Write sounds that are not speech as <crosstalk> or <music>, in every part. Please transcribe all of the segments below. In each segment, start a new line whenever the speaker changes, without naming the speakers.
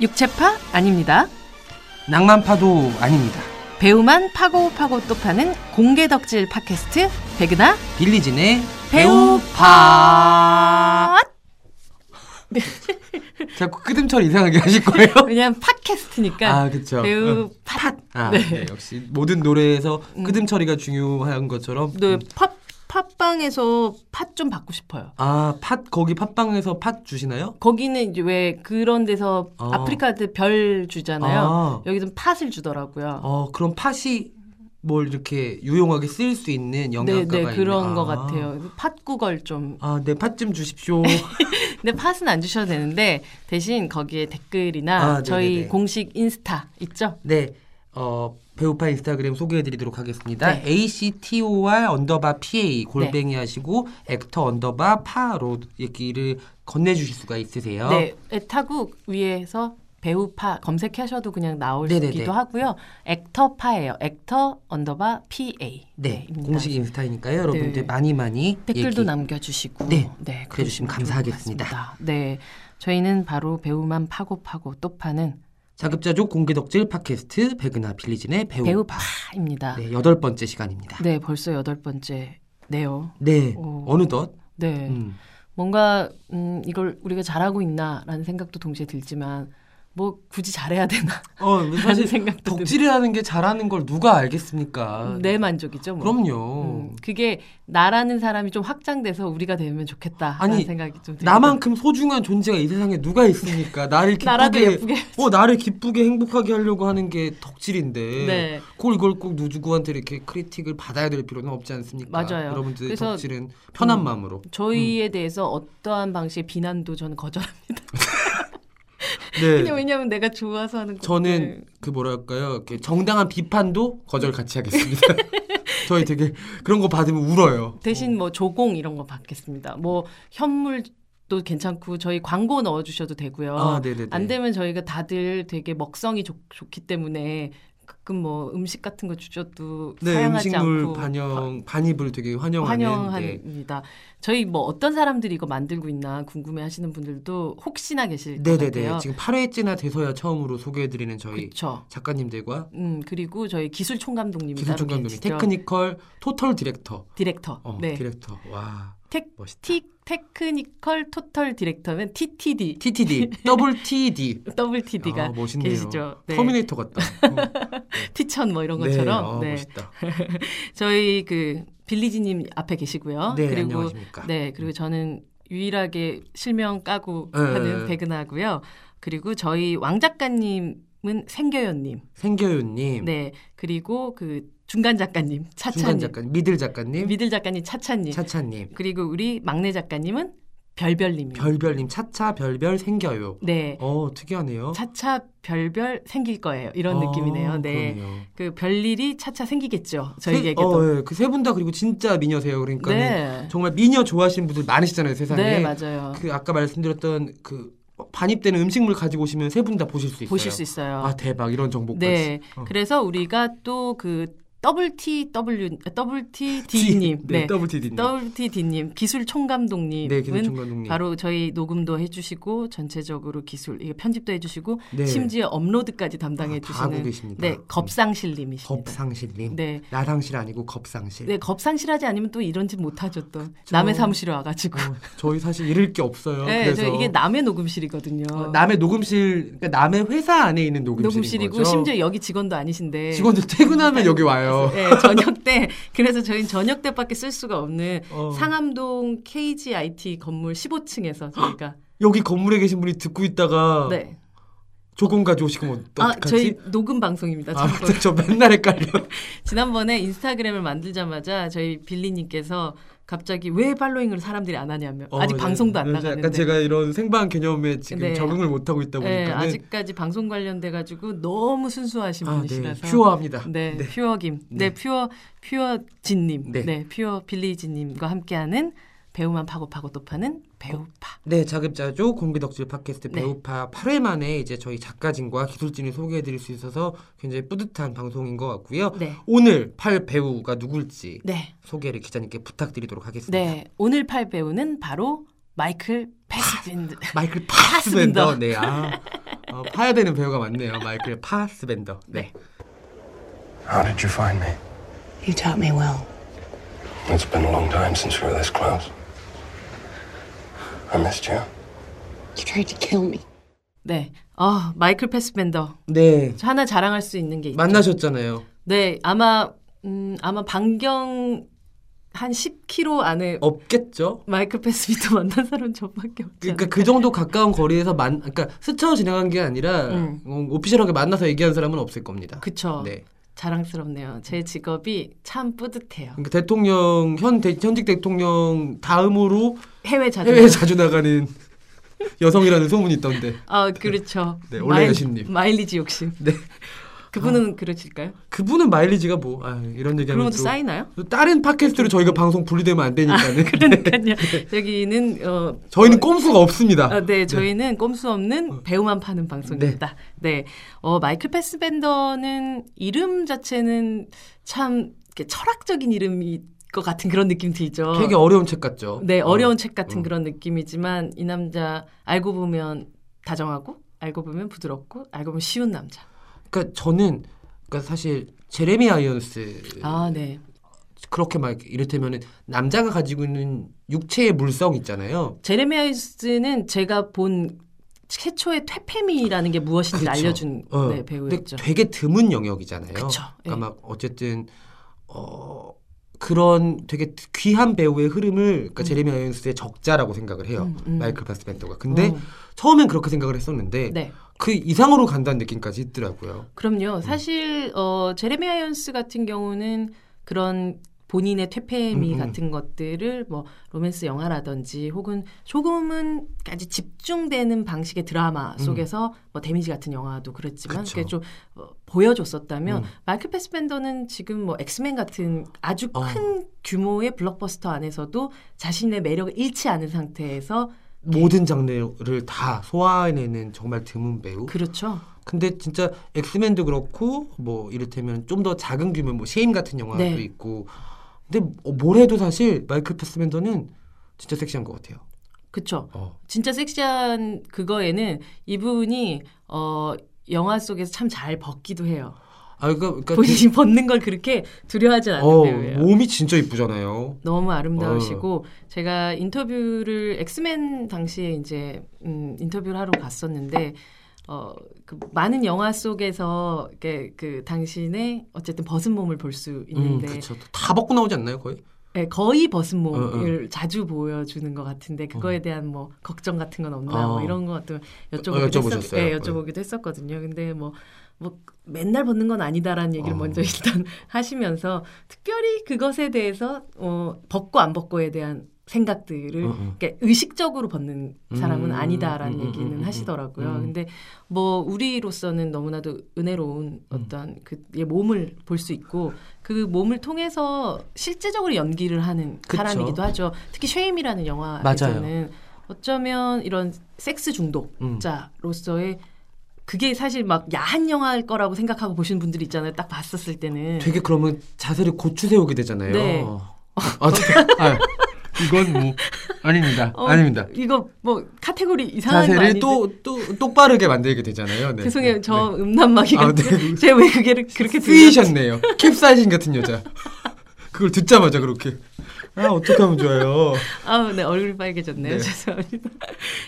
육체파 아닙니다.
낭만파도 아닙니다.
배우만 파고 파고 또 파는 공개 덕질 팟캐스트 백은하
빌리진의
배우파.
아. 자꾸 끄듬처럼 이상하게 <laughs> 하실 거예요.
왜냐면 팟캐스트니까
아,
그러니까
그쵸.
배우 팟.
아,
네. 음.
네. 역시 모든 노래에서 끄듬 처리가 중요한 것처럼 음.
네, 팟 팟빵에서 팟 좀 받고 싶어요.
아, 팥 거기 팥빵에서 팥 주시나요?
거기는 이제 왜 그런 데서
어.
아프리카한테 별 주잖아요.
아.
여기는 팥을 주더라고요.
어, 그럼 팥이 뭘 이렇게 유용하게 쓰일 수 있는
네,
영양가가
네,
있는-
그런
아.
것 같아요. 팥구걸 좀.
아, 네, 팥 좀
<laughs>
주십시오.
근데 팥은 안 주셔도 되는데 대신 거기에 댓글이나
아, 네네네.
저희 공식 인스타 있죠?
네. 어, 배우파 인스타그램 소개해드리도록 하겠습니다.
네.
ACTOR 언더바 PA 골뱅이 하시고 액터 언더바 파로 얘기를 건네주실 수가 있으세요.
네, 타국 위에서 배우파 검색하셔도 그냥
네네네.
나올기도 하고요. 액터파예요. 액터 언더바 PA.
네,
입니다.
공식 인스타이니까요. 여러분들
네.
많이 많이
댓글도
얘기-
남겨주시고
네,
그러시면 좋을
그래주시면
것
감사하겠습니다.
같습니다. 네, 저희는 바로 배우만 파고 파고 또 파는
자급자족 공개덕질 팟캐스트 백은하 빌리진의 배우.
배우파입니다. 네.
네, 여덟 번째 시간입니다.
벌써 여덟 번째네요.
네,
오.
어느덧.
네,
음.
뭔가 음, 이걸 우리가 잘하고 있나라는 생각도 동시에 들지만 뭐 굳이 잘해야 되나 <laughs>
어,
라는
사실
생각도 들-
덕질이라는 게 잘하는 걸 누가 알겠습니까?
내 만족이죠. 뭐.
아, 네. 그럼요.
음, 그게 나라는 사람이 좀 확장돼서 우리가 되면 좋겠다라는
아니,
생각이 좀 들어요.
나만큼 소중한 존재가 이 세상에 누가 있습니까? 나를
나라도
기쁘게,
예쁘게.
어 나를 기쁘게 행복하게 하려고 하는 게 덕질인데,
네.
그걸 이걸 꼭 누구한테 이렇게 크리틱을 받아야 될 필요는 없지 않습니까?
맞아요.
여러분들 의
그래서-
덕질은
<laughs>
편한 마음으로.
저희에 대해서 어떠한 방식의 비난도 저는 거절합니다.
네.
그냥 왜냐면 네. 내가 좋아서 하는 거.
저는 그 뭐랄까요, 이렇게 정당한 비판도 거절
<laughs>
같이 하겠습니다. 저희 되게 그런 거 받으면 울어요.
대신 뭐 조공 이런 거 받겠습니다. 뭐 현물도 괜찮고 저희 광고 넣어 주셔도 되고요.
아, 네네네.
안 되면 저희가 다들 되게 먹성이 좋, 좋기 때문에 가끔 뭐 음식 같은 거 주셔도
네,
사양하지
음식물
않고
반영 반입을 되게 환영하는. 네.
환영합니다. 저희 뭐 어떤 사람들이 이거 만들고 있나 궁금해 하시는 분들도 혹시나 계실 것
네네네.
같아요.
지금 8회째나 돼서야 처음으로 소개해드리는 저희
그렇죠.
작가님들과
음, 그리고 저희 기술 총감독님이 따로
기술 총감독님,
계시죠.
테크니컬 토털 디렉터.
디렉터.
어,
네.
디렉터. 와.
테-
멋있다.
티, 테크니컬 토털 디렉터면 TTD, <laughs>
TTD, 더블 TD.
WTD가
아, 멋있네요.
계시죠. 네.
터미네이터 같다.
<laughs>
어.
티천 뭐 이런
네,
것처럼.
어,
네.
멋있다.
저희 그 빌리지님 앞에 계시고요.
네,
어, 그리고
안녕하십니까. 음.
네 그리고 저는 유일하게 실명 까고
네,
하는
네.
백은하고요. 그리고 저희 왕 작가님은 생겨연님.
생겨요님,
네 그리고 그 중간 작가님
중간
차차님,
작가님, 미들 작가님,
미들 작가님 차차님.
차차님,
그리고 우리 막내 작가님은 별별님이요.
별별님, 차차 별별 생겨요.
네.
어 특이하네요.
차차 별별 생길 거예요. 이런
어,
느낌이네요. 네.
그러네요.
그 별일이 차차 생기겠죠.
세-
저희에게도.
어, 예. 그세 분 다 그리고 진짜 미녀세요. 그러니까
네.
정말 미녀 좋아하시는 분들 많으시잖아요 세상에.
네, 맞아요.
그 아까 말씀드렸던 그 반입되는 음식물 가지고 오시면 세 분 다 보실 수 있어요.
보실 수 있어요.
아 대박 이런 정보까지.
네.
어.
그래서 우리가 또 그 WTW, WTD님, 네.
네, WTD님.
WTD님, 기술 총감독님은
네, 기술 총감독님.
바로 저희 녹음도 해주시고 전체적으로 기술 이게 편집도 해주시고
네.
심지어 업로드까지 담당해
아, 다 하고
주시는
계십니다.
네 겁상실님이십니다.
겁상실님.
네.
나상실 아니고 겁상실.
네 겁상실하지 않으면 또 이런 짓 못하죠 또 남의 사무실에 와가지고
어, 저희 사실 잃을 게 없어요.
네,
그래서
저 이게 남의 녹음실이거든요.
어, 남의 녹음실, 그러니까 남의 회사 안에 있는 녹음실인
녹음실이고
거죠.
심지어 여기 직원도 아니신데
직원들 퇴근하면 여기 와요.
네, 저녁 때 <laughs> 그래서 저희는 저녁 때밖에 쓸 수가 없는
어.
상암동 KGIT 건물 15층에서 저희가
여기 건물에 계신 분이 듣고 있다가
네.
조금 가져오시면
아,
어. 어떡하지?
저희 녹음 방송입니다.
아,
참고로.
맞다. 저 맨날 헷갈려.
지난번에 인스타그램을 만들자마자 저희 빌리 님께서 갑자기 왜 팔로잉을 사람들이 안 하냐며
어,
아직
네.
방송도 안
그래서
나가는데
약간 제가 이런 생방 개념에 지금
네.
적응을 못 하고 있다
네,
보니까는
아직까지 방송 관련돼 가지고 너무 순수하신
아, 네.
분이시라서
퓨어합니다.
네,
네.
퓨어김. 네, 퓨어 퓨어 진님. 네.
네.
퓨어 빌리 진님과 함께하는 배우만 파고 파고 또 파는 배우파.
네, 자급자족 공기덕질 팟캐스트
네.
배우파 8회 만에 이제 저희 작가진과 기술진을 소개해드릴 수 있어서 굉장히 뿌듯한 방송인 것 같고요.
네.
오늘 팔 배우가 누굴지
네,
소개를 기자님께 부탁드리도록 하겠습니다.
네. 오늘 팔 배우는 바로 마이클 패스빈드.
마이클 파스벤더. 네, 아, 어, 파야 되는 배우가 많네요. 마이클 파스벤더. 네.
How did you find me?
You taught me well.
It's been a long time since we were this close. I missed you.
You tried to kill me.
네. 아, 마이클 패스벤더.
네.
하나 자랑할 수 있는 게 있죠.
만나셨잖아요.
네, 아마 음, 아마 반경 한 10km
어.
안에
없겠죠?
마이클 패스벤더 <laughs> 만난 사람 저밖에 없지
그러니까
않아요?
그 정도 가까운 거리에서 만, 그러니까 스쳐 지나간 게 아니라
음.
어, 오피셜하게 만나서 얘기한 사람은 없을 겁니다.
그쵸.
네. 음.
자랑스럽네요. 제 직업이 참 뿌듯해요.
그러니까 대통령 현 대- 현직 대통령 다음으로
해외 자주.
해외에 자주 나가는 <laughs> 여성이라는 소문이 있던데.
아, 그렇죠.
<laughs> 네, 원래
마일-
여신님.
마일리지 욕심. 네. 그분은 그러실까요?
그분은 마일리지가 뭐 아, 이런
그런
얘기하면
것도
또 <laughs>
쌓이나요?
또 다른 팟캐스트로 저희가 방송 분리되면 안 되니까는
아,
<laughs> 네.
그러니까요. <laughs> 여기는 어,
저희는 꼼수가 없습니다.
어, 네, 저희는 꼼수
어.
없는 배우만 파는 방송입니다. 네, 어, 마이클 패스벤더는 이름 자체는 참 이렇게 철학적인 이름일 것 같은 그런 느낌 들죠.
되게 어려운 책 같죠.
네, 어려운 책
음.
같은 그런 느낌이지만 이 남자 알고 보면 다정하고 알고 보면 부드럽고 알고 보면 쉬운 남자.
그러니까 저는 그러니까 사실 제레미 아이언스
아, 네.
그렇게 막 이를테면은 남자가 가지고 있는 육체의 물성 있잖아요.
제레미 아이스는 제가 본 최초의 퇴폐미라는 게 무엇인지
그쵸.
알려준
어.
네,
근데
배우였죠.
되게 드문 영역이잖아요.
그쵸.
그러니까
예.
막 어쨌든 어 그런 되게 귀한 배우의 흐름을 그러니까 제레미 아이언스의 적자라고 생각을 해요.
음, 음.
마이클 파스벤더가. 근데
어.
처음엔 그렇게 생각을 했었는데
네.
그 이상으로 간다는 느낌까지 있더라고요.
그럼요. 사실 어 제레미 아이언스 같은 경우는 그런 본인의 퇴폐미
음, 음.
같은 것들을 뭐 로맨스 영화라든지 혹은 조금은까지 집중되는 방식의 드라마 속에서 뭐 데미지 같은 영화도 그랬지만
음. 그쵸.
그게 좀 어, 보여줬었다면
음.
마이클 패스벤더는 지금 뭐 엑스맨 같은 아주
어.
큰 규모의 블록버스터 안에서도 자신의 매력을 잃지 않은 상태에서
모든 장르를 다 소화해내는 정말 드문 배우.
그렇죠.
근데 진짜 엑스맨도 그렇고 뭐 이를테면 좀 더 작은 규모 뭐 쉐임 같은 영화도
네.
있고 근데 어, 뭘 해도 사실 마이클 패스맨더는 진짜 섹시한 것 같아요.
그렇죠.
어.
진짜 섹시한 그거에는 이분이 어 영화 속에서 참 잘 벗기도 해요.
아 그러니까, 그러니까
본인이 <laughs> 벗는 걸 그렇게 두려워하진
되-
않는
어,
배우예요.
몸이 진짜 이쁘잖아요.
너무 아름다우시고
어.
제가 인터뷰를 엑스맨 당시에 이제 음, 인터뷰를 하러 갔었는데 어그 많은 영화 속에서 이렇게 그 당신의 어쨌든 벗은 몸을 볼 수
음,
있는데
그렇죠. 다 벗고 나오지 않나요 거의?
네, 거의 벗은 몸을
어,
자주 보여주는 것 같은데 그거에 대한 뭐 걱정 같은 건 없나
어.
뭐 이런 것도
어,
여쭤보기도,
여쭤보셨어요?
했었, 네, 여쭤보기도 했었거든요. 근데 뭐, 뭐 맨날 벗는 건 아니다라는 얘기를
어.
먼저 <laughs> 일단 하시면서 특별히 그것에 대해서 어, 벗고 안 벗고에 대한 생각들을
어, 어.
그러니까 의식적으로 벗는 사람은
음,
아니다라는
음, 음,
얘기는
음, 음,
하시더라고요.
음.
근데 뭐 우리로서는 너무나도
음.
은혜로운 어떤 그의 예, 몸을 볼 수 있고 그 몸을 통해서 실제적으로 연기를 하는
그쵸.
사람이기도 하죠. 특히 쉐임이라는 영화에서는 어쩌면 이런 섹스 중독자로서의 그게 사실 막 야한 영화일 거라고 생각하고 보시는 분들이 있잖아요. 딱 봤었을 때는
되게 그러면 자세를 고추 세우게 되잖아요.
네.
아, 저- 아, 이건 뭐 아닙니다.
어,
아닙니다.
이거 뭐 카테고리 이상한 거
자세를
아니지?
또 또 똑바르게 만들게 되잖아요. 네.
죄송해요.
네.
저 음란마귀가
아, 네.
<laughs> 제가 왜 그게
<laughs>
그렇게 들렸지?
쓰이셨네요. 캡사이신 같은 여자. 그걸 듣자마자 그렇게. 아 어떻게 하면 좋아요.
아, 네 얼굴 빨개졌네요. <laughs>
네.
죄송합니다.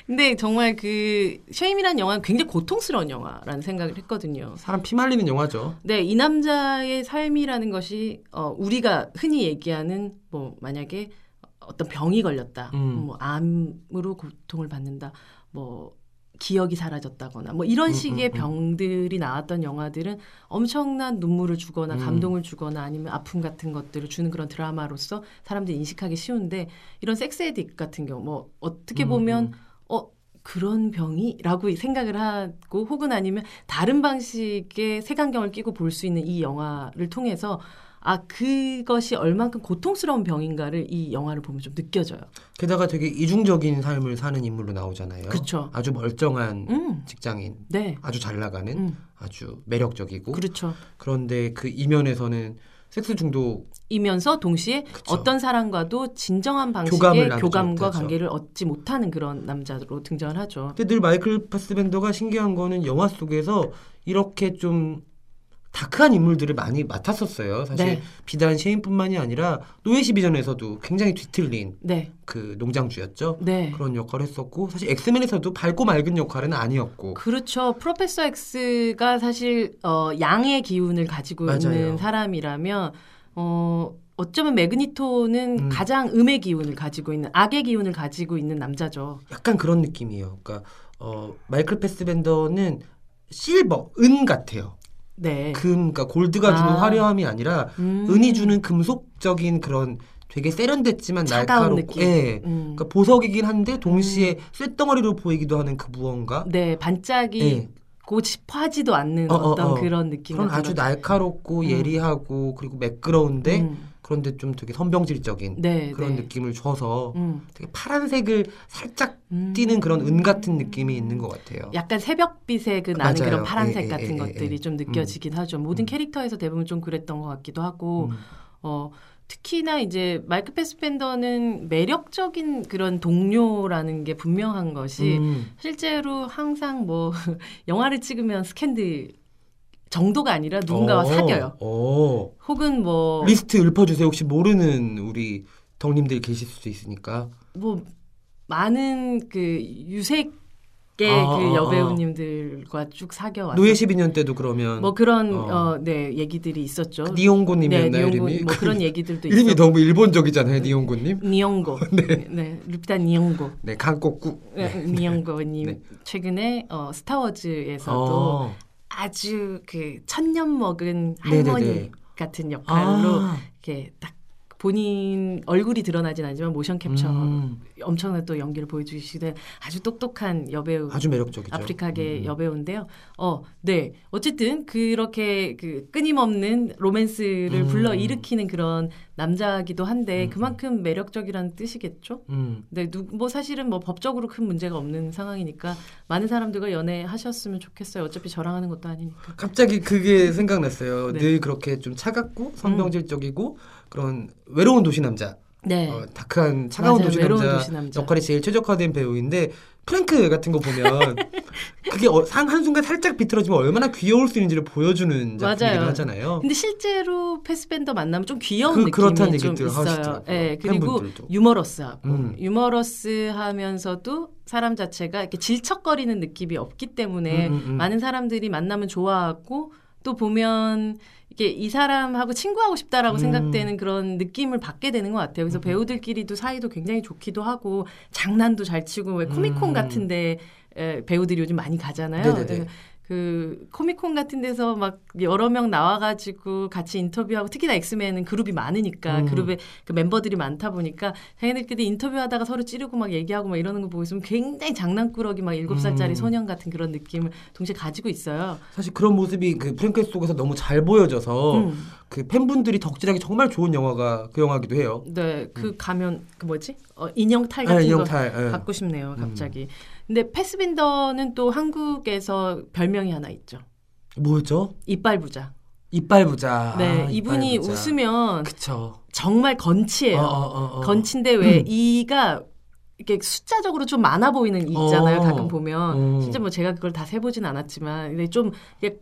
근데 정말 그 쉐임이란 영화는 굉장히 고통스러운 영화라는 생각을 했거든요.
사람 피 말리는 영화죠.
네, 이 남자의 삶이라는 것이 어, 우리가 흔히 얘기하는 뭐 만약에 어떤 병이 걸렸다,
음.
뭐 암으로 고통을 받는다, 뭐 기억이 사라졌다거나 뭐 이런
음,
식의
음, 음.
병들이 나왔던 영화들은 엄청난 눈물을 주거나
음.
감동을 주거나 아니면 아픔 같은 것들을 주는 그런 드라마로서 사람들이 인식하기 쉬운데 이런 섹스에딕 같은 경우 뭐 어떻게
음,
보면
음.
어 그런 병이라고 생각을 하고 혹은 아니면 다른 방식의 색안경을 끼고 볼 수 있는 이 영화를 통해서 아 그것이 얼만큼 고통스러운 병인가를 이 영화를 보면 좀 느껴져요.
게다가 되게 이중적인 삶을 사는 인물로 나오잖아요.
그쵸.
아주 멀쩡한
음,
직장인,
네,
아주 잘 나가는,
음,
아주 매력적이고
그렇죠.
그런데 그 이면에서는 섹스 중독
이면서 동시에
그쵸.
어떤 사람과도 진정한 방식의
교감을 나누지
교감과
못하죠. 그렇죠.
관계를 얻지 못하는 그런 남자로 등장을 하죠.
근데 늘 마이클 파스벤더가 신기한 거는 영화 속에서 이렇게 좀 다크한 인물들을 많이 맡았었어요. 사실
네.
비단 셰인뿐만이 아니라 노예 시비전에서도 굉장히 뒤틀린
네,
그 농장주였죠.
네.
그런 역할을 했었고 사실 엑스맨에서도 밝고 맑은 역할은 아니었고
그렇죠. 프로페서 X가 사실 어, 양의 기운을 가지고
맞아요.
있는 사람이라면 어, 어쩌면 매그니토는
음.
가장 음의 기운을 가지고 있는 악의 기운을 가지고 있는 남자죠.
약간 그런 느낌이에요. 그러니까 어, 마이클 파스벤더는 실버 은 같아요.
네.
금 그러니까 골드가 주는
아.
화려함이 아니라
음.
은이 주는 금속적인 그런 되게 세련됐지만
차가운
날카롭고
느낌.
예.
음.
그러니까 보석이긴 한데 동시에 쇳덩어리로 보이기도 하는 그 무언가
네,
예.
반짝이고 싶어하지도 않는
어,
어,
어,
떤
어.
그런 느낌.
그런 아주 날카롭고
음.
예리하고 그리고 매끄러운데 그런데 좀 되게 선병질적인
네,
그런
네.
느낌을 줘서
음.
되게 파란색을 살짝
음.
띄는 그런 은 같은 느낌이 있는 것 같아요.
약간 새벽빛의 그 나는
맞아요.
그런 파란색
예, 예,
같은
예, 예,
것들이
예.
좀 느껴지긴 하죠. 모든 캐릭터에서 대부분 좀 그랬던 것 같기도 하고,
음.
어, 특히나 이제 마이크 패스펜더는 매력적인 그런 동료라는 게 분명한 것이
음.
실제로 항상 뭐 <laughs> 영화를 찍으면 스캔들 정도가 아니라 누군가와
어,
사겨요.
어.
혹은 뭐
리스트 읊어주세요. 혹시 모르는 우리 덕님들 계실 수도 있으니까.
뭐 많은 그 유색의
아,
그
아,
여배우님들과 쭉 사겨 왔어.
노예 12년 때도 그러면
뭐 그런
어.
어네 얘기들이 있었죠.
그 니온고님이었나요
네,
이름이?
니온고
<laughs>
뭐 그런 얘기들도
이름이
있었고.
너무 일본적이잖아요 니온고님. <laughs>
니온고. 네. 루피타 니온고.
네 강꼬꾸.
네, 니온고님
네.
최근에 어, 스타워즈에서도
어.
아주 그 천년 먹은
네네네. 아.
할머니 같은 역할로 이렇게 딱 본인 얼굴이 드러나진 않지만 모션 캡처
음.
엄청난 또 연기를 보여주시는 아주 똑똑한 여배우
아주 매력적이죠.
아프리카계
음.
여배우인데요. 어, 네. 어쨌든 그렇게 그 끊임없는 로맨스를
음.
불러 일으키는 그런 남자기도 한데 그만큼 매력적이라는 뜻이겠죠.
음.
네, 누, 뭐 사실은 뭐 법적으로 큰 문제가 없는 상황이니까 많은 사람들과 연애하셨으면 좋겠어요. 어차피 저랑 하는 것도 아니니까.
갑자기 그게 생각났어요.
네. 음.
늘 그렇게 좀 차갑고 선병질적이고 그런 외로운 도시 남자,
네,
어, 다크한 차가운
맞아요.
도시
외로운
남자,
도시 남자.
역할이 제일 최적화된 배우인데 프랭크 같은 거
<laughs>
보면 그게 어, 한순간 살짝 비틀어지면 얼마나 귀여울 수 있는지를 보여주는 작품이기도
맞아요.
하잖아요.
근데 실제로 패스밴더 만나면 좀 귀여운
그-
느낌이
그렇다는
좀
얘기들
있어요.
하시더라고요.
예, 그리고
팬분들도.
유머러스하고
음.
유머러스하면서도 사람 자체가 이렇게 질척거리는 느낌이 없기 때문에
음, 음, 음.
많은 사람들이 네. 만나면 좋아하고 또 보면 이게 이 사람하고 친구하고 싶다라고
음.
생각되는 그런 느낌을 받게 되는 것 같아요. 그래서 배우들끼리도 사이도 굉장히 좋기도 하고 장난도 잘 치고 왜 코미콘
음.
같은데 에, 배우들이 요즘 많이 가잖아요.
네네네.
그래서 그 코미콘 같은 데서 막 여러 명 나와가지고 같이 인터뷰하고 특히나 엑스맨은 그룹이 많으니까
음.
그룹에 그 멤버들이 많다 보니까 자기들끼리 인터뷰하다가 서로 찌르고 막 얘기하고 막 이러는 거 보고 있으면 굉장히 장난꾸러기 막 일곱 살짜리
음.
소년 같은 그런 느낌을 동시에 가지고 있어요.
사실 그런 모습이 그 프랭크 속에서 너무 잘 보여져서
음.
그 팬분들이 덕질하기 정말 좋은 영화가 그 영화기도 해요.
네, 그 가면 그 뭐지? 어, 인형 탈
아,
같은 거
음. 영탈. 예.
갖고 싶네요, 갑자기. 근데 패스빈더는 또 한국에서 별명이 하나 있죠.
뭐였죠?
이빨 부자.
이빨 부자.
네,
아,
이분이
이빨 부자.
웃으면
그쵸.
정말 건치예요.
어, 어, 어, 어.
건치인데 왜 이가 이렇게 숫자적으로 좀 많아 보이는 이 있잖아요.
어.
가끔 보면
어.
실제 뭐 제가 그걸 다 세보진 않았지만 근데 좀 이게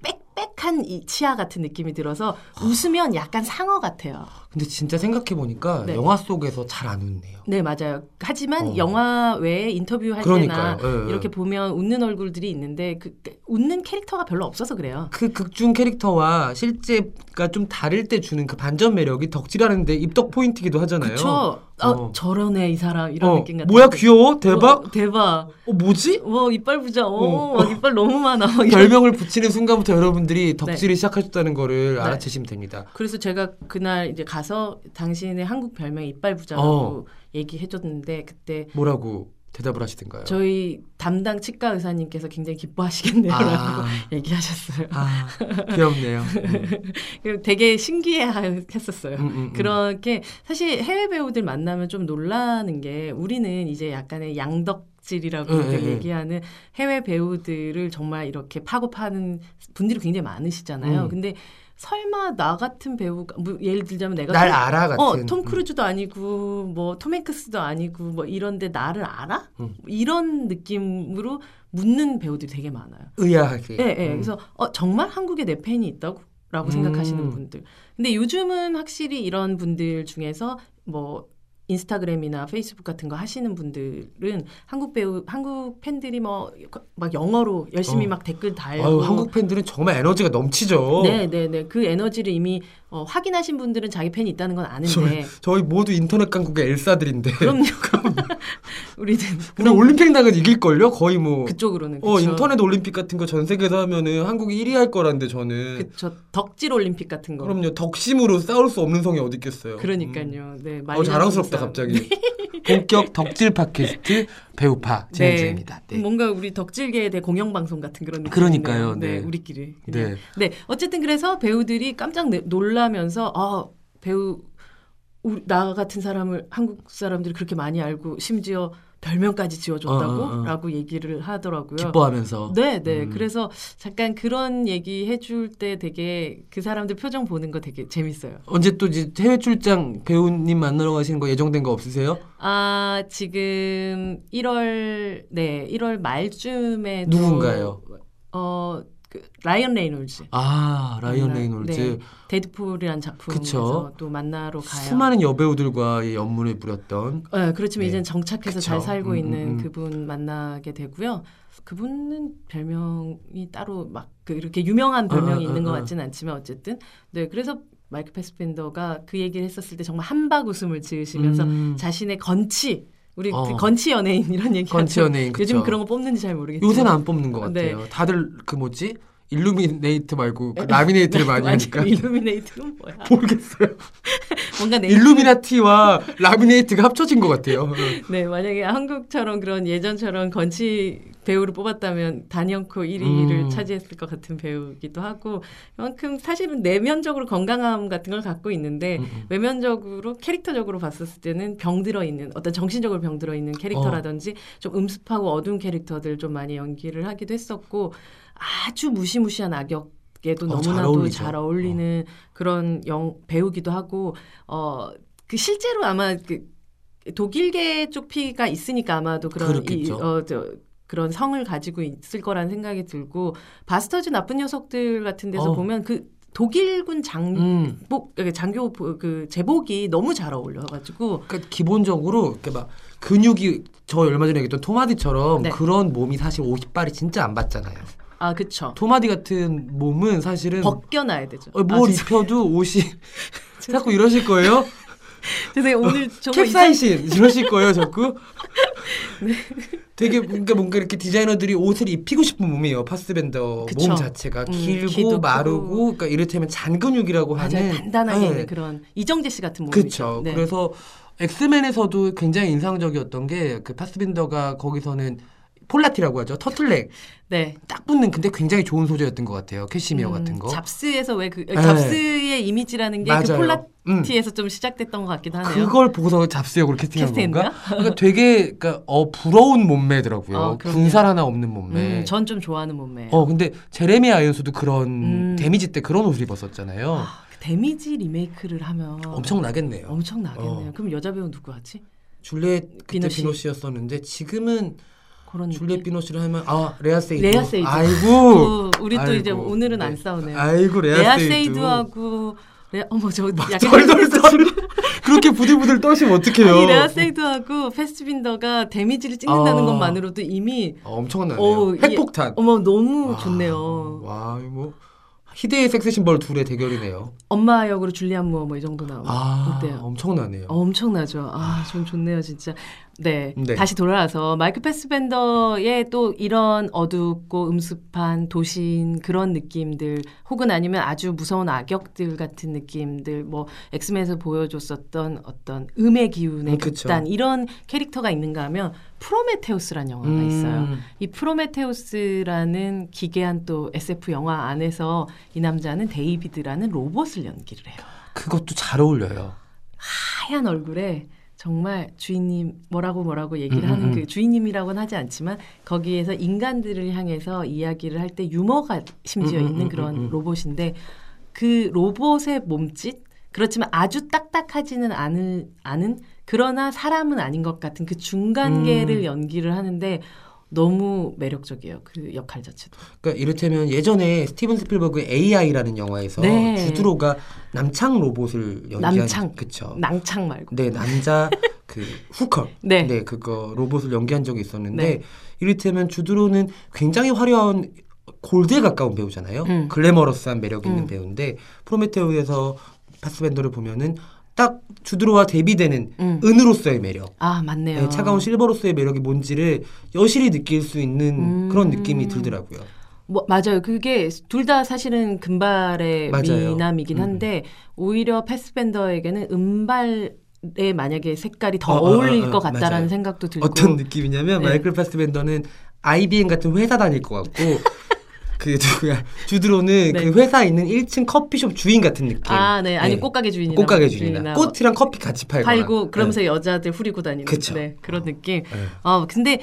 빽빽한 이 치아 같은 느낌이 들어서 웃으면 약간 상어 같아요.
근데 진짜 생각해 보니까
네.
영화 속에서 잘 안 웃네요.
네 맞아요. 하지만
어.
영화 외에 인터뷰할
그러니까요.
때나
예, 예.
이렇게 보면 웃는 얼굴들이 있는데 그 웃는 캐릭터가 별로 없어서 그래요.
그 극중 캐릭터와 실제가 좀 다를 때 주는 그 반전 매력이 덕질하는데 입덕 포인트기도 하잖아요.
그쵸? 아,
어.
저러네 이 사람 이런
어,
느낌 같은.
뭐야
거.
귀여워 대박.
어, 대박.
어 뭐지?
와 이빨 부자. 어,
어.
이빨 너무 많아. 막 이런
별명을 붙이는 순간부터 여러분들이 덕질을 시작하셨다는 거를
네.
알아채시면 됩니다.
그래서 제가 그날 이제 가서 당신의 한국 별명 이빨
어.
부자라고 얘기해줬는데 그때
뭐라고 대답을 하시던가요?
저희 담당 치과 의사님께서 굉장히 기뻐하시겠네요라고
아.
<laughs> 얘기하셨어요.
아 귀엽네요. 음.
그리고 되게 신기해했었어요.
음, 음, 음.
그렇게 사실 해외 배우들 만나면 좀 놀라는 게 우리는 이제 약간의 양덕 질이라고
예, 예, 예.
얘기하는 해외 배우들을 정말 이렇게 파고 파는 분들이 굉장히 많으시잖아요.
음.
근데 설마 나 같은 배우가 뭐 예를 들자면 내가
날
톰-
알아 같은. 음.
어, 톰 크루즈도 아니고 뭐톰 행크스도 아니고 뭐 이런데 나를 알아?
음.
이런 느낌으로 묻는 배우들이 되게 많아요.
음, 의아하게.
예, 예.
음.
그래서 어, 정말 한국에 내 팬이 있다고? 라고
음.
생각하시는 분들. 근데 요즘은 확실히 이런 분들 중에서 뭐 인스타그램이나 페이스북 같은 거 하시는 분들은 한국 배우, 한국 팬들이 뭐 막 영어로 열심히
어.
막 댓글 달고
아유, 한국 어. 팬들은 정말 에너지가 넘치죠.
네, 네, 네. 그 에너지를 이미 어, 확인하신 분들은 자기 팬이 있다는 건 아는데
저희 모두 인터넷 강국의 엘사들인데.
그럼요. <laughs> 우리는
우리 올림픽 나가도 이길걸요? 거의 뭐.
그쪽으로는
어,
그쵸.
인터넷 올림픽 같은 거 전 세계에서 하면은 한국이 1위 할 거란데 저는.
그쵸. 덕질 올림픽 같은 거.
그럼요. 덕심으로 싸울 수 없는 성이 어디 있겠어요. 음.
그러니까요. 네,
어,
많이
자랑스럽다
하는 <laughs>
갑자기. 본격 덕질 팟캐스트 배우파
네.
진행자입니다. 네.
뭔가 우리 덕질계에 대 공영 방송 같은 그런 느낌.
그러니까요, 네.
우리끼리.
네.
네. 네. 어쨌든 그래서 배우들이 깜짝 내- 놀라면서 아 배우 우리, 나 같은 사람을 한국 사람들이 그렇게 많이 알고 심지어 별명까지
어, 어, 어.
지어줬다고라고 얘기를 하더라고요.
기뻐하면서.
네, 네.
음.
그래서 잠깐 그런 얘기 해줄 때 되게 그 사람들 표정 보는 거 되게 재밌어요.
언제 또 이제 해외 출장 배우님 만나러 가시는 거 예정된 거 없으세요?
아, 지금 1월, 네, 1월 말쯤에. 또,
누군가요?
어, 그, 라이언 레이놀즈.
아 라이언
만나-
레이놀즈
네, 데드풀이란 작품에서
그쵸.
또 만나러 가요.
수많은 여배우들과의 연문을 부렸던
네, 그렇지만
네.
이제 정착해서 잘
그쵸.
살고
음, 음,
있는
음.
그분 만나게 되고요. 그분은 별명이 따로 막그 이렇게 유명한 별명이
어, 어,
있는 것
어.
같지는 않지만 어쨌든 네 그래서 마이크 패스펜더가 그 얘기를 했었을 때 정말 한박 웃음을 지으시면서
음.
자신의 건치 우리
어.
그 건치 연예인 이런 얘기
건치 연예인, 그쵸.
요즘 그런 거 뽑는지 잘 모르겠어요.
요새는
<laughs>
안 뽑는 것
네.
같아요. 다들 그 뭐지 일루미네이트 말고 그 라미네이트를
<laughs>
많이 하니까
일루미네이트는 뭐야?
모르겠어요.
뭔가 내
일루미나티와 라미네이트가 합쳐진
<laughs>
것 같아요.
네, 만약에 한국처럼 그런 예전처럼 건치 배우를 뽑았다면 단연코 1위를
음.
차지했을 것 같은 배우기도 하고 그만큼 사실은 내면적으로 건강함 같은 걸 갖고
음,
있는데 외면적으로 캐릭터적으로 봤었을 때는 병들어 있는 어떤 정신적으로 병들어 있는 캐릭터라든지
어.
좀 음습하고 어두운 캐릭터들 좀 많이 연기를 하기도 했었고 아주 무시무시한 악역 에도
어, 잘
너무나도
어울리죠.
잘, 어울리는 그런 영 배우기도 하고 어 그 실제로 아마 그 독일계 쪽 피가 있으니까 아마도 그런 이,
그렇겠죠.
어, 저, 그런 성을 가지고 있을 거라는 생각이 들고 바스터즈 나쁜 녀석들 같은 데서
어.
보면 그 독일군 장복
음.
이렇게 장교 보- 그 제복이 너무 잘 어울려가지고
그러니까 기본적으로 이렇게 막 근육이 저 얼마 전에 얘기했던 토마디처럼
네.
그런 몸이 사실 50발이 진짜 안 받잖아요.
아 그쵸
토마디 같은 몸은 사실은
벗겨놔야 되죠.
음. 어,
아,
뭘
죄송-
입혀도
<laughs>
옷이 자꾸 이러실 거예요.
죄송해요 오늘 정말 이상-
캡사이신 이러실 거예요,
<laughs>
자꾸. 네. 되게 뭔가 뭔가 이렇게 디자이너들이 옷을 입히고 싶은 몸이에요. 파스밴더
그쵸.
몸 자체가
음,
길고
키도
마르고
크고.
그러니까 이를테면 잔근육이라고
맞아요
하는
단단하게
네.
있는 그런 이정재 씨 같은 몸이죠.
그렇죠.
네.
그래서 엑스맨에서도 굉장히 인상적이었던 게 그 파스빈더가 거기서는 폴라티라고 하죠. 터틀넥
네.
딱 붙는 근데 굉장히 좋은 소재였던 것 같아요. 캐시미어
음,
같은 거. 네.
잡스에서 왜 그 잡스의 이미지라는 게 그
맞아요. 음.
폴라티에서 좀 시작됐던 것 같기도 하네요.
그걸 보고서 잡스역으로 캐스팅한
캐스팅했나?
건가? 그러니까 되게 그러니까 어 부러운 몸매더라고요.
어, 그럼요. 음,
군살 하나 없는 몸매.
전 좀 좋아하는 몸매예요.
음. 네. 어 근데 제레미 아이언스도 그런
음.
데미지 때 그런 옷을 입었었잖아요. 어,
아, 그 데미지 리메이크를 하면
엄청 나겠네요.
엄청 나겠네요.
어.
그럼 여자 배우 누구 하지?
줄리엣 그때
비노시.
비노시였었는데 지금은
그런
줄리엣
느낌?
비노시를 하면 아 레아 세이드.
레아 세이드. 또
아이고.
우리 또 이제
아이고,
오늘은
네.
안 싸우네요.
아이고 레아,
레아
세이드.
세이드하고 레 어머 <laughs> 저 약간
덜덜 떨. 그렇게 부들부들 떠시면 어떡해요?
아니 레아 세이드하고 패스빈더가 데미지를 찍는다는
아.
것만으로도 이미
어, 엄청나네요.
어우, 이게-
핵폭탄. 아.
어머 너무
와,
좋네요.
와, 이거 뭐 희대의 섹스 심벌 둘의 대결이네요.
엄마 역으로 줄리안 무어 뭐 이 정도 나오고
아,
어때요?
엄청나네요.
어, 엄청나죠. 아, 좀 좋네요, 진짜. 네.
네.
다시 돌아와서 마이크 패스벤더의 또 이런 어둡고 음습한 도시인 그런 느낌들 혹은 아니면 아주 무서운 악역들 같은 느낌들 뭐 엑스맨에서 보여줬었던 어떤 음의 기운의
음, 그쵸.
극단 이런 캐릭터가 있는가 하면 프로메테우스란 영화가
음,
아, 있어요. 이 프로메테우스라는 기괴한 또 SF 영화 안에서 이 남자는 데이비드라는 로봇을 연기를 해요.
그것도 잘 어울려요.
하얀 얼굴에 정말 주인님 뭐라고 뭐라고
음,
얘기를
음,
하는
음.
그 주인님이라고는 하지 않지만 거기에서 인간들을 향해서 이야기를 할 때 유머가 심지어
음, 음,
있는
음,
그런
음, 음.
로봇인데 그 로봇의 몸짓 그렇지만 아주 딱딱하지는 않은, 않은 그러나 사람은 아닌 것 같은 그 중간계를
음.
연기를 하는데 너무 매력적이에요. 그 역할 자체도.
그러니까 이를테면 예전에 스티븐 스필버그 의 AI라는 영화에서
네.
주드로가 남창 로봇을 연기한
남창.
그쵸.
낭창 말고.
네
<laughs>
남자 그 후커
네.
그거 로봇을 연기한 적이 있었는데
네.
이를테면 주드로는 굉장히 화려한 골드에 가까운 배우잖아요
음.
글래머러스한 매력 있는
음.
배우인데 프로메테우에서 파스벤더를 보면은 딱 주드로와 대비되는
음.
은으로서의 매력
아 맞네요.
네, 차가운 실버로서의 매력이 뭔지를 여실히 느낄 수 있는
음.
그런 느낌이 들더라고요
뭐, 맞아요. 그게 둘 다 사실은 금발의
맞아요.
미남이긴
음.
한데 오히려 패스밴더에게는 은발의 만약에 색깔이 더
어, 어, 어,
어, 울릴
어,
것 같다라는
맞아요.
생각도 들고
어떤 느낌이냐면
네.
마이클 파스벤더는 IBM 같은 회사 다닐 것 같고 <laughs> 그 누구야
네.
주드로는 그 회사 있는 1층 커피숍 주인 같은 느낌.
아, 네. 아니
네.
꽃가게 주인이나
꽃가게
뭐
주인이나
뭐
꽃이랑 커피 같이 팔거나. 예.
팔고 그러면서 여자들 후리고 다니는
네. 그쵸.
네, 그런 느낌.
네. 네.
어, 근데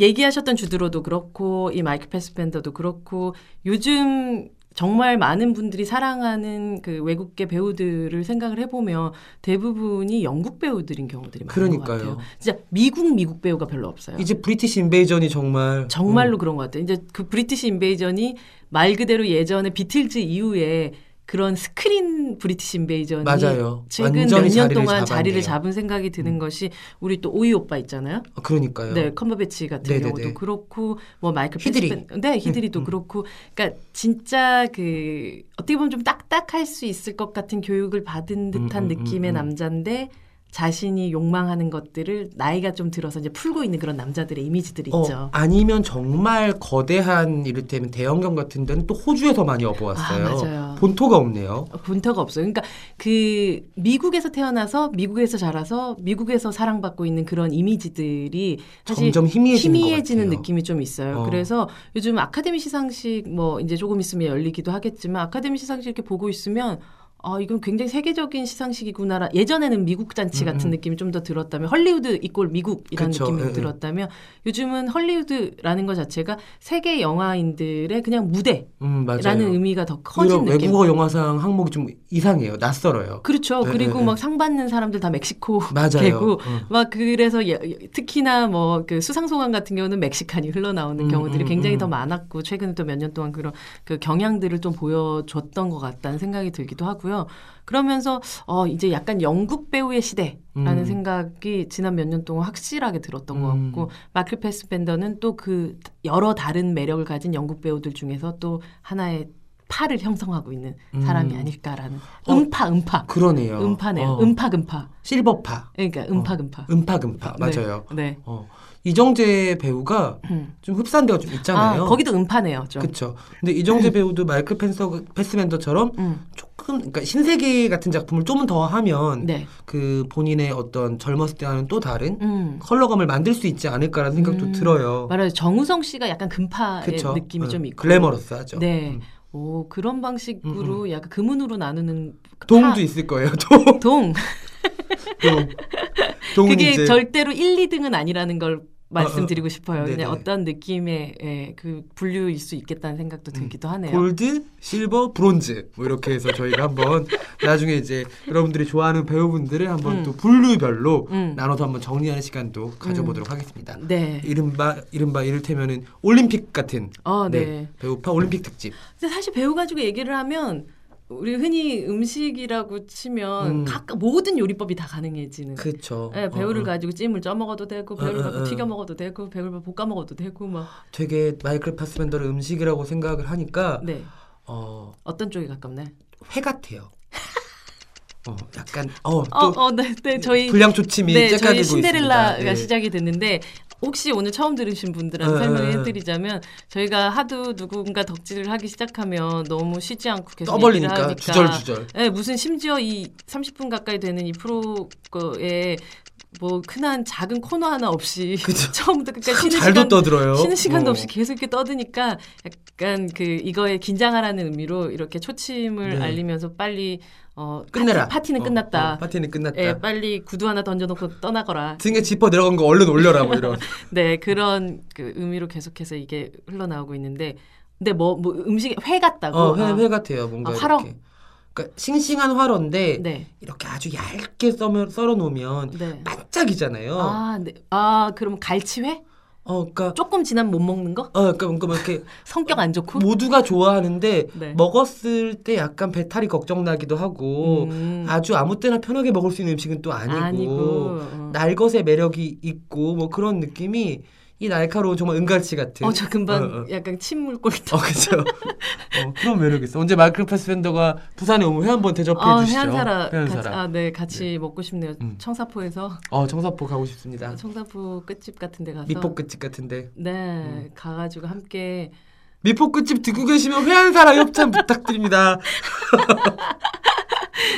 얘기하셨던 주드로도 그렇고 이 마이크 패스펜더도 그렇고 요즘 정말 많은 분들이 사랑하는 그 외국계 배우들을 생각을 해보면 대부분이 영국 배우들인 경우들이 많은
그러니까요.
것 같아요. 진짜 미국 미국 배우가 별로 없어요.
이제 브리티시 인베이전이 정말
정말로
음,
그런 것 같아요. 이제 그 브리티시 인베이전이 말 그대로 예전에 비틀즈 이후에 그런 스크린 브리티시 인베이전이
맞아요.
최근 몇
완전히
년
자리를
동안
잡았네요. 음.
자리를 잡은 생각이 드는 것이 우리 또 오이 오빠 있잖아요.
어, 그러니까요.
네, 컴버배치 같은
네네네.
경우도 그렇고 뭐 마이클
히드리. 음,
패스벤- 네, 히드리도 그렇고 그러니까 진짜 그 어떻게 보면 좀 딱딱할 수 있을 것 같은 교육을 받은 듯한
음, 음,
느낌의
음.
남자인데 자신이 욕망하는 것들을 나이가 좀 들어서 이제 풀고 있는 그런 남자들의 이미지들이
어,
있죠.
아니면 정말 거대한 이를테면 대형견 같은 데는 또 호주에서 많이 업어왔어요.
아, 맞아요.
본토가 없네요.
본터가 없어요. 그러니까 그 미국에서 태어나서 미국에서 자라서 미국에서 사랑받고 있는 그런 이미지들이 사실
점점 희미해지는, 것
희미해지는
같아요.
느낌이 좀 있어요.
어.
그래서 요즘 아카데미 시상식 뭐 이제 조금 있으면 열리기도 하겠지만 아카데미 시상식 이렇게 보고 있으면 아 이건 굉장히 세계적인 시상식이구나라 예전에는 미국 잔치
음,
같은
음.
느낌이 좀 더 들었다면 헐리우드 이꼴 미국이라는
그쵸,
느낌이
예, 예.
들었다면 요즘은 헐리우드라는 것 자체가 세계 영화인들의 그냥 무대라는
음, 맞아요.
의미가 더 커진
이런
느낌.
외국어 영화상 항목이 좀 이상해요. 낯설어요.
그렇죠.
네,
그리고
네,
막
네.
상 받는 사람들 다 멕시코
맞아요.
되고
어.
막 그래서 예- 예- 특히나 뭐 그 수상소감 같은 경우는 멕시칸이 흘러나오는
음,
경우들이
음,
굉장히
음.
더 많았고 최근에 또 몇 년 동안 그런 그 경향들을 좀 보여줬던 것 같다는 생각이 들기도 하고요. 그러면서 어 이제 약간 영국 배우의 시대라는
음.
생각이 지난 몇 년 동안 확실하게 들었던 것
음.
같고 마크 패스벤더는 또 그 여러 다른 매력을 가진 영국 배우들 중에서 또 하나의 파를 형성하고 있는 사람이
음.
아닐까라는
어,
음파 음파
그러네요.
음파네요.
어.
음파 금파.
실버파,
그러니까 음파 금파.
음파 금파 맞아요.
네.
어. 이정재 배우가
음.
좀 흡사한 데가 좀 있잖아요.
아, 거기도 네. 음파네요, 좀.
그렇죠. 근데 이정재 배우도 마이클 펜서 패스맨더처럼
음.
조금 그러니까 신세계 같은 작품을 좀 더 하면
네.
그 본인의 어떤 젊었을 때와는 또 다른
음.
컬러감을 만들 수 있지 않을까라는 생각도
음.
들어요.
말하자면 정우성 씨가 약간 금파의
그렇죠.
느낌이
어,
좀 있고.
글래머러스하죠.
네.
음.
오, 그런 방식으로 약간 금은으로 나누는
동도
파-
있을 거예요. <laughs> 동.
동.
동. 동은
그게
이제
절대로 1, 2등은 아니라는 걸 말씀드리고
어, 어.
싶어요. 그냥
네네.
어떤 느낌의 예, 그 분류일 수 있겠다는 생각도 들기도 하네요.
음. 골드, 실버, 브론즈 뭐 이렇게 해서
<laughs>
저희가 한번 나중에 이제 여러분들이 좋아하는 배우분들을 한번
음.
또 분류별로
음.
나눠서 한번 정리하는 시간도 가져보도록 하겠습니다.
네.
이른바 이른바 이를테면은 올림픽 같은
어,
네,
네.
배우파 올림픽 특집.
근데 사실 배우 가지고 얘기를 하면 우리 흔히 음식이라고 치면
음.
각각 모든 요리법이 다 가능해지는.
그렇죠.
예, 배우를 가지고 찜을 쪄 먹어도 되고 배우를
어, 어,
갖고
어.
튀겨 먹어도 되고 배우를 볶아 먹어도 되고 뭐. 막
되게 마이클 파스벤더를 음식이라고 생각을 하니까
네.
어,
어떤 쪽이 가깝나요?
회 같아요. 어, 약간 어, 또
어, 어, 네, 네, 저희
불량 초침이
네,
쬐까지고
저희
있습니다.
신데렐라가
네.
시작이 됐는데 혹시 오늘 처음 들으신 분들한테
어,
설명을
어, 어.
해드리자면 저희가 하도 누군가 덕질을 하기 시작하면 너무 쉬지 않고 계속 얘기를
떠벌리니까
하니까
주절주절.
예, 무슨 심지어 이 30분 가까이 되는 이 프로에 뭐 흔한 작은 코너 하나
<laughs>
없이 <laughs> 처음부터 끝까지
참
쉬는
잘도
시간도
떠들어요.
쉬는 시간도
어.
없이 계속 이렇게 떠드니까 약간 그 이거에 긴장하라는 의미로 이렇게 초침을
네.
알리면서 빨리 어
끝내라.
파티, 는
어,
끝났다.
어, 파티는 끝났다.
예, 빨리 구두 하나 던져놓고 떠나거라.
등에 지퍼 내려간 거 얼른 올려라
<laughs>
뭐 이런.
네 그런 그 의미로 계속해서 이게 흘러나오고 있는데 근데 뭐, 뭐 음식 회 같다고.
어, 회,
아,
회 같아요. 뭔가
아, 활어?
이렇게. 그러니까 싱싱한 화로인데
네.
이렇게 아주 얇게 썰어, 썰어 놓으면
네.
반짝이잖아요.
아, 네. 아, 그럼 갈치회?
어, 그러니까
조금 지난 못 먹는 거?
어, 그러니까 뭔가 막
<laughs>
이렇게
성격 안 좋고?
모두가 좋아하는데
네.
먹었을 때 약간 배탈이 걱정나기도 하고
음.
뭐, 아주 아무 때나 편하게 먹을 수 있는 음식은 또 아니고,
음.
날것의 매력이 있고 뭐 그런 느낌이 이 날카로운 정말 은갈치 같은.
어, 저 금방
어, 어.
약간 침물 꼴다.
어, 그죠. <laughs> 어, 그런 매력이 있어. 언제 마이클 패스벤더가 부산에 오면 회 한번
<laughs>
어, 대접해
아,
주시죠.
해안사라 같이,
해안사라.
아, 네, 같이 먹고 싶네요.
음.
청사포에서
어, 청사포 가고 싶습니다.
아, 청사포 끝집 같은 데 가서
미포 끝집 음. 같은데.
네, 가가지고 함께 <laughs>
미포 끝집 듣고 계시면 회한사라 협찬 <laughs> 부탁드립니다.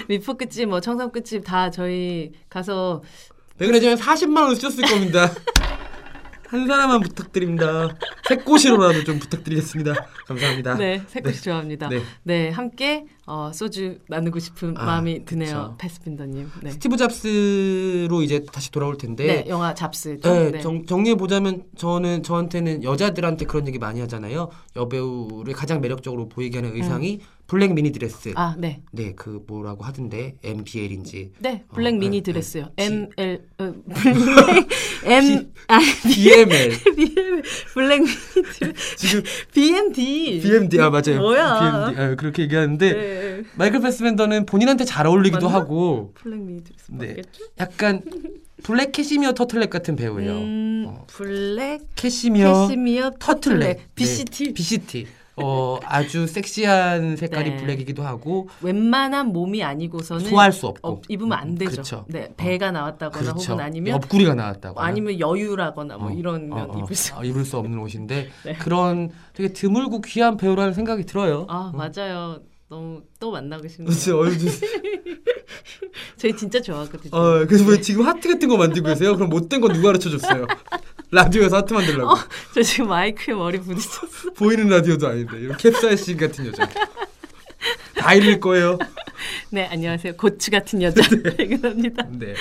미포 끝집, 뭐 청삼 끝집 다 저희 가서
네, 그래, 지금 40만 원 쓰셨을 겁니다. <laughs> 한 사람만 부탁드립니다. 새꼬시로라도 좀 부탁드리겠습니다. 감사합니다.
네, 새꼬시 좋아합니다.
아, 네.
네, 함께 어, 소주 나누고 싶은
아,
마음이
그쵸.
드네요, 패스핀더님. 네.
스티브 잡스로 이제 다시 돌아올
네,
텐데
영화 잡스. 죠
네,
네.
정, 정리해 보자면 저는 저한테는 여자들한테 그런 얘기 많이 하잖아요. 여배우를 가장 매력적으로 보이게 하는 의상이 블랙 미니 드레스.
음. 아, 네,
네, 그 뭐라고 하던데 MBL인지
네, 블랙
어,
미니
네,
드레스요.
네.
M L 어,
<laughs>
블랙 M 아
BML.
BM 블랙 미니 드레스 <laughs>
지금
BMD.
BMD 아 맞아요.
뭐야?
BMD 아, 그렇게 얘기하는데
네,
마이클 패스벤더는 본인한테 잘 어울리기도
맞나?
하고
블랙 미니 드레스
네.
맞겠죠?
약간 블랙 캐시미어 터틀넥 같은 배우예요.
음,
어,
블랙
캐시미어
캐시미어
터틀넥 네,
터틀넥 BCT
BCT. 어 아주 섹시한 색깔이
네.
블랙이기도 하고
웬만한 몸이 아니고서는
소화할 수 없고. 음, 그렇죠. 어.
어, 입으면 안 되죠.
그쵸.
네, 배가 나왔다거나
그렇죠.
혹은 아니면
옆구리가 나왔다고 어,
아니면 여유라거나 뭐 이런 면 입을 수. 네.
입을 아, 수
<laughs>
없는 옷인데 그런 되게 드물고 귀한 배우라는 생각이 들어요.
아 맞아요. 너무 또 만나고 싶네요.
그치, 어, 이거 좀-
저희 진짜 좋아하거든요.
어, 그래서 왜 지금 하트 같은 거 만들고 계세요? 그럼 못된 거 누가 가르쳐 줬어요? 라디오에서 하트
어.
만들라고
저 지금 마이크에 머리 부딪혔어.
보이는 라디오도 아닌데 이런 캡사이신 같은 여자 다 잃을 거예요.
네 안녕하세요. 고추 같은 여자 백은합니다.
네.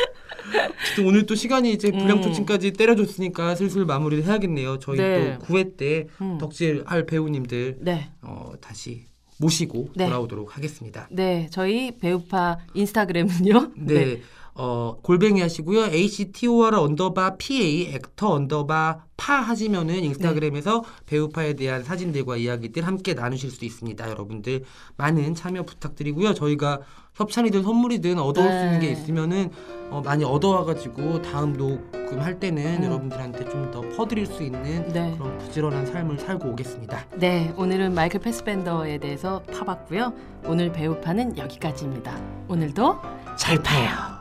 또 오늘 또 시간이 이제
음.
불량초침까지 때려줬으니까 슬슬 마무리를 해야겠네요. 저희
네.
또 9회 때
음.
덕질 할 배우님들
네.
어, 다시 모시고
네.
돌아오도록 하겠습니다.
네, 저희 배우파 인스타그램은요.
네. 어, 골뱅이 하시고요. HTOR 언더바 PA 액터 언더바 파
네.
하시면은 인스타그램에서 배우파에 대한 사진들과 이야기들 함께 나누실 수 있습니다. 여러분들 많은 참여 부탁드리고요. 저희가 협찬이든 선물이든 얻어올 수 있는 게
네.
있으면은 어, 많이 얻어와가지고 다음 녹음할 때는 여러분들한테 좀 더 퍼드릴 수 있는
네.
그런 부지런한 삶을 살고 오겠습니다.
네, 오늘은 마이클 패스벤더에 대해서 파봤고요. 오늘 배우파는 여기까지입니다. 오늘도
잘 파요.